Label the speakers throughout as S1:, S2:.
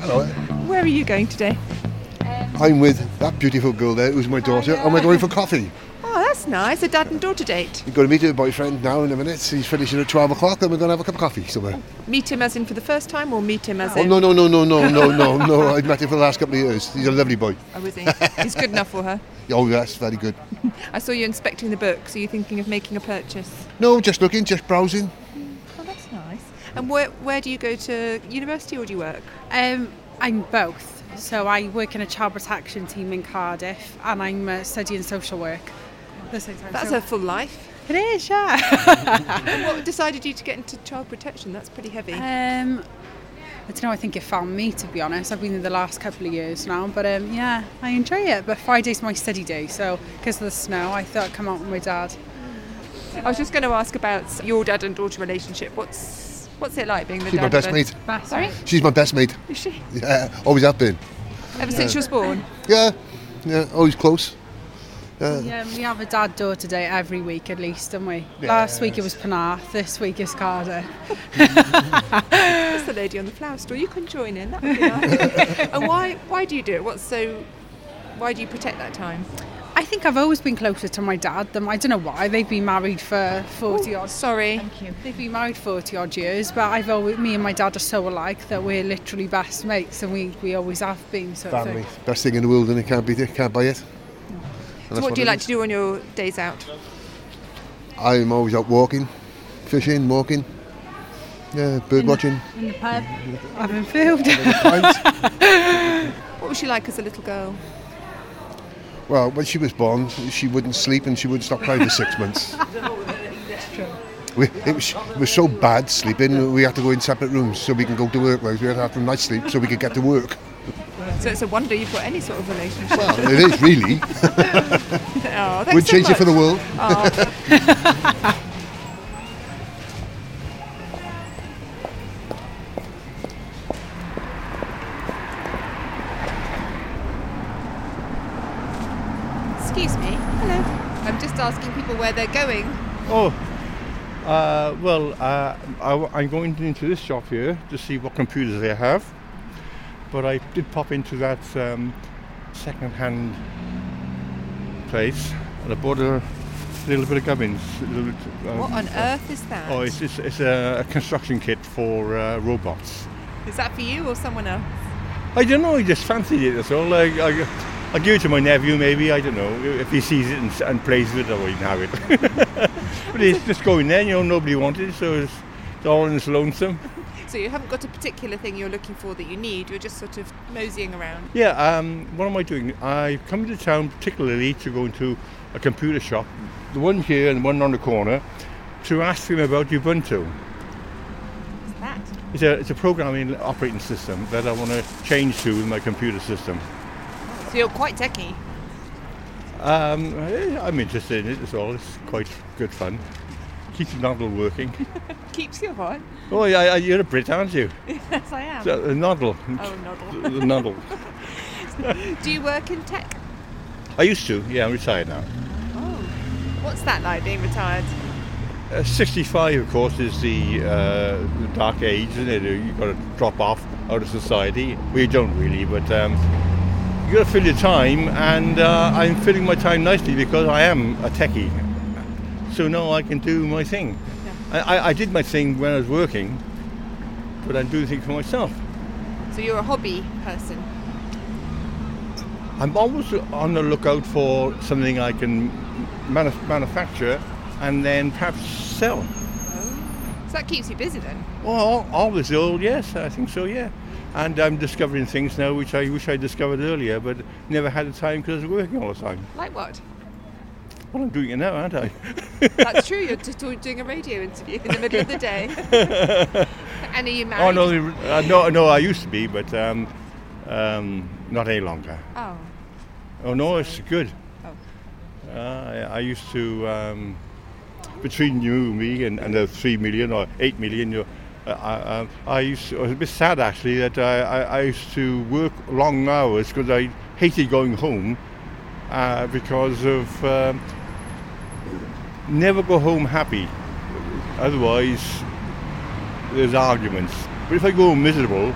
S1: Hello.
S2: Where are you going today?
S1: I'm with that beautiful girl there who's my daughter, and we're going for coffee.
S2: Oh, that's nice. A dad and daughter date.
S1: We're going to meet her boyfriend now in a minute. He's finishing at 12 o'clock, and we're going to have a cup of coffee somewhere.
S2: Meet him as in for the first time or meet him as
S1: Oh,
S2: in.
S1: no, no, no, no, no, no, no, no. I've met him for the last couple of years. He's a lovely boy.
S2: Oh, is he? He's good enough for her.
S1: Oh, that's very good.
S2: I saw you inspecting the books. Are you thinking of making a purchase?
S1: No, just looking, just browsing.
S2: Oh, that's nice. And where, where do you go to university or do you work?
S3: Um, I'm both. So I work in a child protection team in Cardiff, and I'm uh, studying social work. at the same time.
S2: That's
S3: So-
S2: a full life.
S3: it is, yeah.
S2: What decided you to get into child protection? That's pretty heavy.
S3: um, I don't know. I think it found me, to be honest. I've been there the last couple of years now, but um, yeah, I enjoy it. But Friday's my study day, so because of the snow, I thought I'd come out with my dad.
S2: I was just going to ask about your dad and daughter relationship. What's what's it like being the
S1: She's
S2: dad?
S1: my
S2: of
S1: best
S2: a-
S1: mate.
S2: Sorry,
S1: She's my best mate.
S2: is she?
S1: Yeah, always have been.
S2: Ever since she was born.
S1: Yeah, yeah, always close.
S3: Yeah, we have a dad daughter day every week at least, don't we?
S1: Yeah.
S3: Last week it was Penarth, this week it's Cardiff.
S2: That's the lady on the flower store. You can join in. That would be nice. and why why do you do it? What's so? Why do you protect that time?
S3: I think I've always been closer to my dad than I don't know why. They've been married for 40 odd
S2: Sorry.
S3: They've been married 40 odd years, but I've always, me and my dad are so alike that we're literally best mates and we, we always have been. So
S1: Family. Best thing in the world, and it can't be can't buy it. And
S2: So
S1: that's
S2: what do you
S1: it
S2: like
S1: is.
S2: to do on your days out?
S1: I'm always out walking, fishing, walking. Yeah, bird watching.
S3: In the pub, having food.
S1: Right.
S2: What was she like as a little girl?
S1: Well, when she was born, she wouldn't sleep and she wouldn't stop crying for six months. We, it, was, it was so bad sleeping, we had to go in separate rooms so we can go to work. Like, we had to have a night's sleep so we could get to work.
S2: So it's a wonder you've got any sort of relationship.
S1: Well, it is really.
S2: Oh, thanks
S1: We'd
S2: so
S1: change it for the
S2: much.
S1: world.
S2: Excuse me. Hello. I'm just asking people where they're going.
S4: Oh, uh, well, uh, I, am going into this shop here to see what computers they have. But I did pop into that um, second-hand place and I bought a little bit of gubbins. a little bit, um,
S2: What on earth is that?
S4: Oh, it's, it's, it's a, a construction kit for uh, robots.
S2: Is that for you or someone else?
S4: I don't know, I just fancied it, that's all. I, I, I'll give it to my nephew, maybe, I don't know. If he sees it and, s- and plays with it, I'll even have it. but it's just going there, you know, nobody wanted it, so it's, it's all in its lonesome.
S2: So you haven't got a particular thing you're looking for that you need. You're just sort of moseying around.
S4: Yeah, um, what am I doing? I've come into town particularly to go into a computer shop, the one here and the one on the corner, to ask them about Ubuntu.
S2: What's that?
S4: It's a, it's a programming operating system that I want to change to with my computer system.
S2: So you're quite techie.
S4: Um, eh, I'm interested in it as well. It's quite good fun. Keeps the noddle working.
S2: Keeps you hot.
S4: Oh, yeah, yeah, you're a Brit, aren't you?
S2: Yes, I am.
S4: So, The noddle.
S2: oh, noddle.
S4: The noddle.
S2: Do you work in tech?
S4: I used to. Yeah, I'm retired now.
S2: Oh. What's that like being retired?
S4: Uh, 65, of course, is the, uh, the dark age, isn't it? You've got to drop off out of society. We don't really, but um, you've got to fill your time, and uh, I'm filling my time nicely because I am a techie. So now I can do my thing. I, I, I did my thing when I was working, but I'm doing things for myself.
S2: So you're a hobby person.
S4: I'm always on the lookout for something I can manu- manufacture and then perhaps sell.
S2: So that keeps you busy then.
S4: Well, always old, yes, I think so, yeah. And I'm discovering things now which I wish I discovered earlier, but never had the time because I was working all the time.
S2: Like what?
S4: Well, I'm doing it now, aren't I?
S2: That's true. You're just do- doing a radio interview in the middle of the day. and are you married?
S4: oh no, they- uh, no, no, I used to be, but um, um, not any longer.
S2: Oh.
S4: Oh no, it's good.
S2: Oh.
S4: Uh, I, I used to um, between you, me, and, and the three million or eight million. You, uh, I, um, I used to, I was a bit sad actually that I, I, I used to work long hours because I hated going home uh, because of um, never go home happy. Otherwise, there's arguments. But if I go home miserable,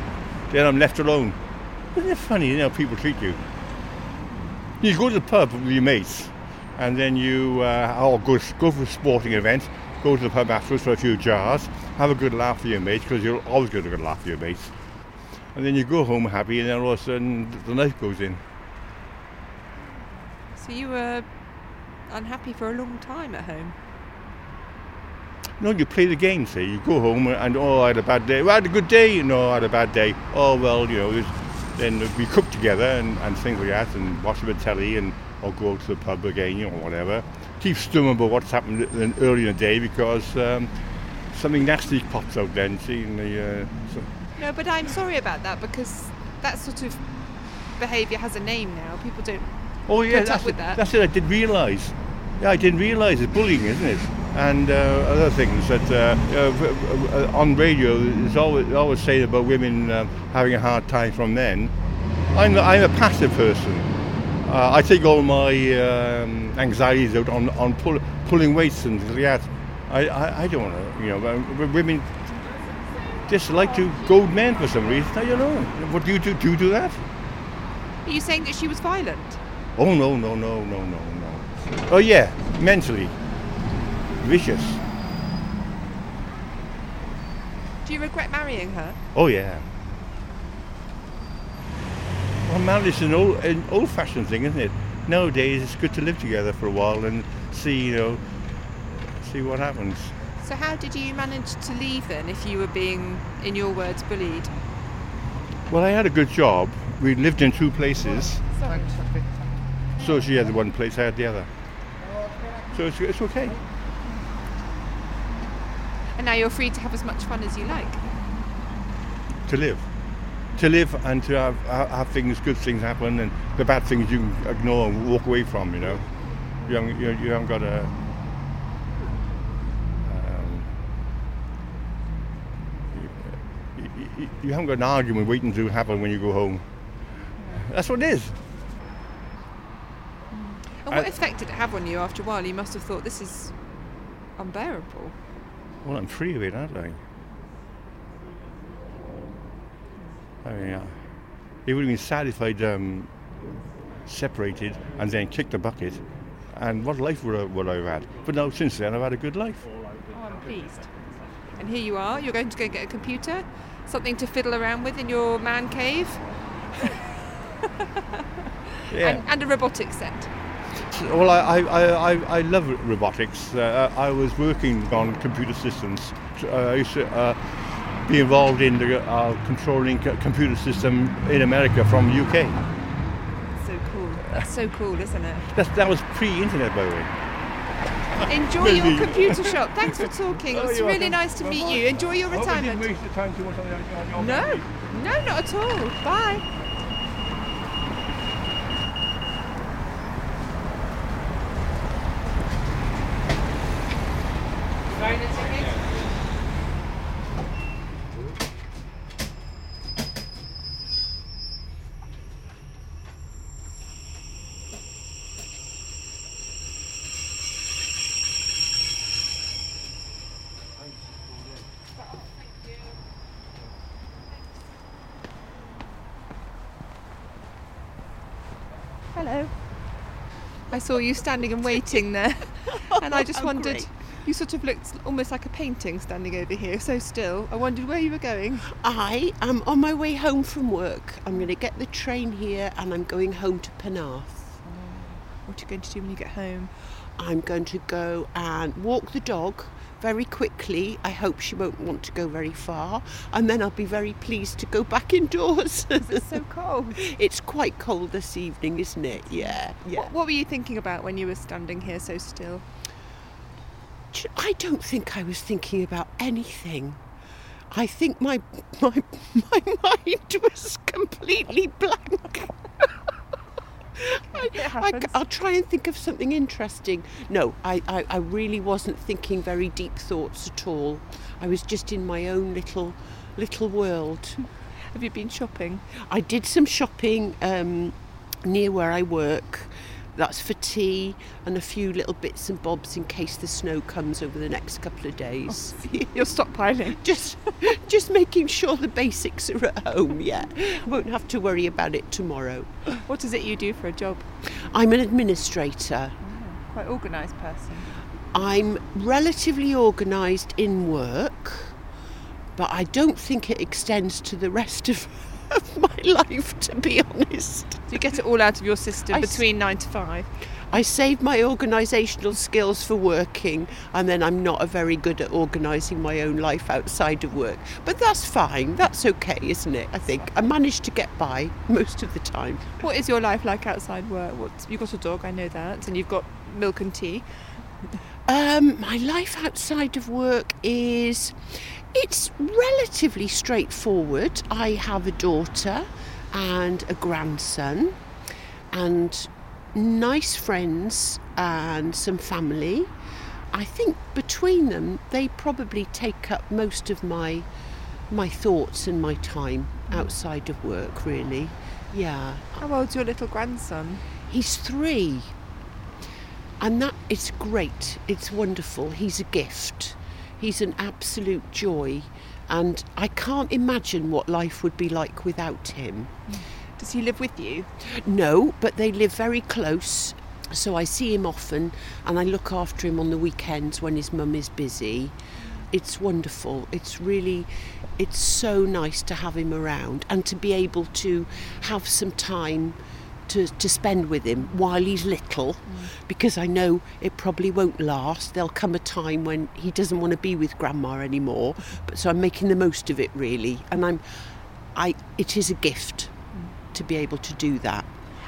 S4: then I'm left alone. Isn't it funny you know, how people treat you? You go to the pub with your mates, and then you uh, or go, go for a sporting event, go to the pub afterwards for a few jars, have a good laugh with your mates, because you'll always get a good laugh with your mates. And then you go home happy, and then all of a sudden the knife goes in.
S2: So you were unhappy for a long time at home.
S4: No, you play the game, see. You go home and, oh, I had a bad day. Well, I had a good day. No, I had a bad day. Oh, well, you know, there's- then we cook together and, and things like that and watch a bit of telly and or go out to the pub again, you know, whatever. Keep stum about what's happened in, early in the day because um, something nasty pops out then, see. And the, uh, so,
S2: No, but I'm sorry about that because that sort of behaviour has a name now. People don't.
S4: oh,
S2: Put
S4: yeah,
S2: up
S4: that's
S2: with
S4: it,
S2: that.
S4: that's it. I did realise. Yeah, I didn't realise it's bullying, isn't it? And uh, other things that uh, uh, v- v- uh, on radio is always always saying about women um, having a hard time from men. I'm I'm a passive person. Uh, I take all my um, anxieties out on on pull, pulling weights and things like that. I, I, I don't know, you know, but w- women just like to goad men for some reason. I don't know. What do you do? Do you do that?
S2: Are you saying that she was violent?
S4: Oh no no no no no no. Oh yeah, mentally vicious.
S2: Do you regret marrying her?
S4: Oh yeah. Well, marriage is an old an old-fashioned thing, isn't it? Nowadays, it's good to live together for a while and see you know see what happens.
S2: So how did you manage to leave then if you were being, in your words, bullied?
S4: Well, I had a good job. We lived in two places,
S2: Sorry.
S4: so she had one place, I had the other. So it's, it's okay.
S2: And now you're free to have as much fun as you like.
S4: to live, to live and to have, have, have things, good things happen, and the bad things you can ignore and walk away from. You know, you haven't, you, you haven't got a. um, you- you- You haven't got an argument waiting to happen when you go home. That's what it is.
S2: And what
S4: I-
S2: effect did it have on you after a while? You must have thought this is unbearable.
S4: Well, I'm free of it, aren't I? I mean, uh, it would have been sad if I'd um, separated and then kicked the bucket. And what life would I, would I have had? But now, since then, I've had a good life.
S2: Oh, I'm pleased. And here you are. You're going to go get a computer, something to fiddle around with in your man cave, and, and a robotic set.
S4: Well, I, I, I, I- I love robotics. Uh, I was working on computer systems. Uh, I used to uh, be involved in the, uh, controlling c- computer system in America from UK.
S2: So cool. That's so cool, isn't it?
S4: That's, that was pre-internet, by the way.
S2: Enjoy
S4: Really?
S2: your computer shop. Thanks for talking.
S4: Oh,
S2: it was
S4: you're
S2: really
S4: welcome.
S2: nice to meet you. Enjoy your
S4: Hope I didn't
S2: retirement.
S4: waste the time too much on the- on your-
S2: No, no, not at all. Bye. Hello. I saw you standing and waiting there, and I just wondered. You sort of looked almost like a painting standing over here, so still. I wondered where you were going.
S5: I am on my way home from work. I'm going to get the train here and I'm going home to Penarth.
S2: What are you going to do when you get home?
S5: I'm going to go and walk the dog very quickly. I hope she won't want to go very far. And then I'll be very pleased to go back indoors.
S2: It's so cold.
S5: it's quite cold this evening, isn't it? Yeah, yeah.
S2: What, what were you thinking about when you were standing here so still?
S5: Do you- I don't think I was thinking about anything. I think my my my mind was completely blank. I,
S2: happens.
S5: will try and think of something interesting. No, I, I, I really wasn't thinking very deep thoughts at all. I was just in my own little little world.
S2: Have you been shopping?
S5: I did some shopping um, near where I work, That's for tea and a few little bits and bobs in case the snow comes over the next couple of days.
S2: You're stockpiling.
S5: just just making sure the basics are at home, yeah. I won't have to worry about it tomorrow.
S2: What is it you do for a job?
S5: I'm an administrator.
S2: Quite organised person.
S5: I'm relatively organised in work, but I don't think it extends to the rest of, of my life, to be honest.
S2: So you get it all out of your system
S5: I s-
S2: between nine to five.
S5: I save my organisational skills for working, and then I'm not a very good at organising my own life outside of work. But that's fine, that's okay, isn't it? I think I manage to get by most of the time.
S2: What is your life like outside work? What you've got a dog, I know that, and you've got milk and tea.
S5: Um, my life outside of work is it's relatively straightforward. I have a daughter and a grandson and nice friends and some family. I think between them they probably take up most of my my thoughts and my time outside of work really. Yeah.
S2: How old's your little grandson?
S5: He's three. And that it's great. It's wonderful. He's a gift. He's an absolute joy. And I can't imagine what life would be like without him.
S2: Does he live with you?
S5: No, but they live very close. So I see him often and I look after him on the weekends when his mum is busy. It's wonderful. It's really it's so nice to have him around and to be able to have some time to, to spend with him while he's little because I know it probably won't last. There'll come a time when he doesn't want to be with grandma anymore. But so I'm making the most of it really and I'm I it is a gift to be able to do that.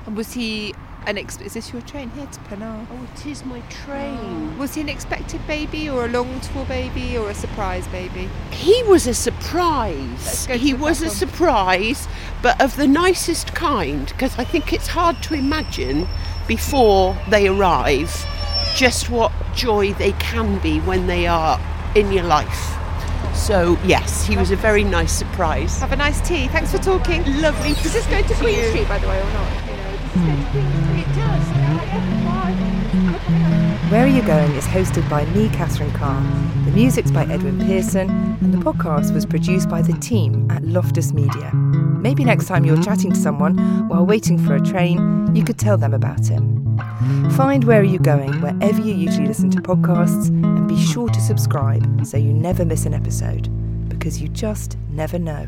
S2: And was he an ex- is this your train here to Penang?
S5: Oh, it is my train.
S2: Was he an expected baby or a longed for baby or a surprise baby?
S5: He was a
S2: Let's
S5: surprise.
S2: go to
S5: He
S2: the
S5: was a
S2: platform.
S5: surprise, but of the nicest kind, because I think it's hard to imagine before they arrive just what joy they can be when they are in your life. So, yes, he was a very nice surprise.
S2: Have a nice tea. Thanks for talking.
S5: Lovely.
S2: Does this go to Queen Street, by the way, or not? You know, does this go to Queen Street? It does. Yeah, yeah, bye.
S6: Where Are You Going is hosted by me, Catherine Carr. The music's by Edwin Pearson, and the podcast was produced by the team at Loftus Media. Maybe next time you're chatting to someone while waiting for a train, you could tell them about it. Find Where Are You Going wherever you usually listen to podcasts, and be sure to subscribe so you never miss an episode, because you just never know.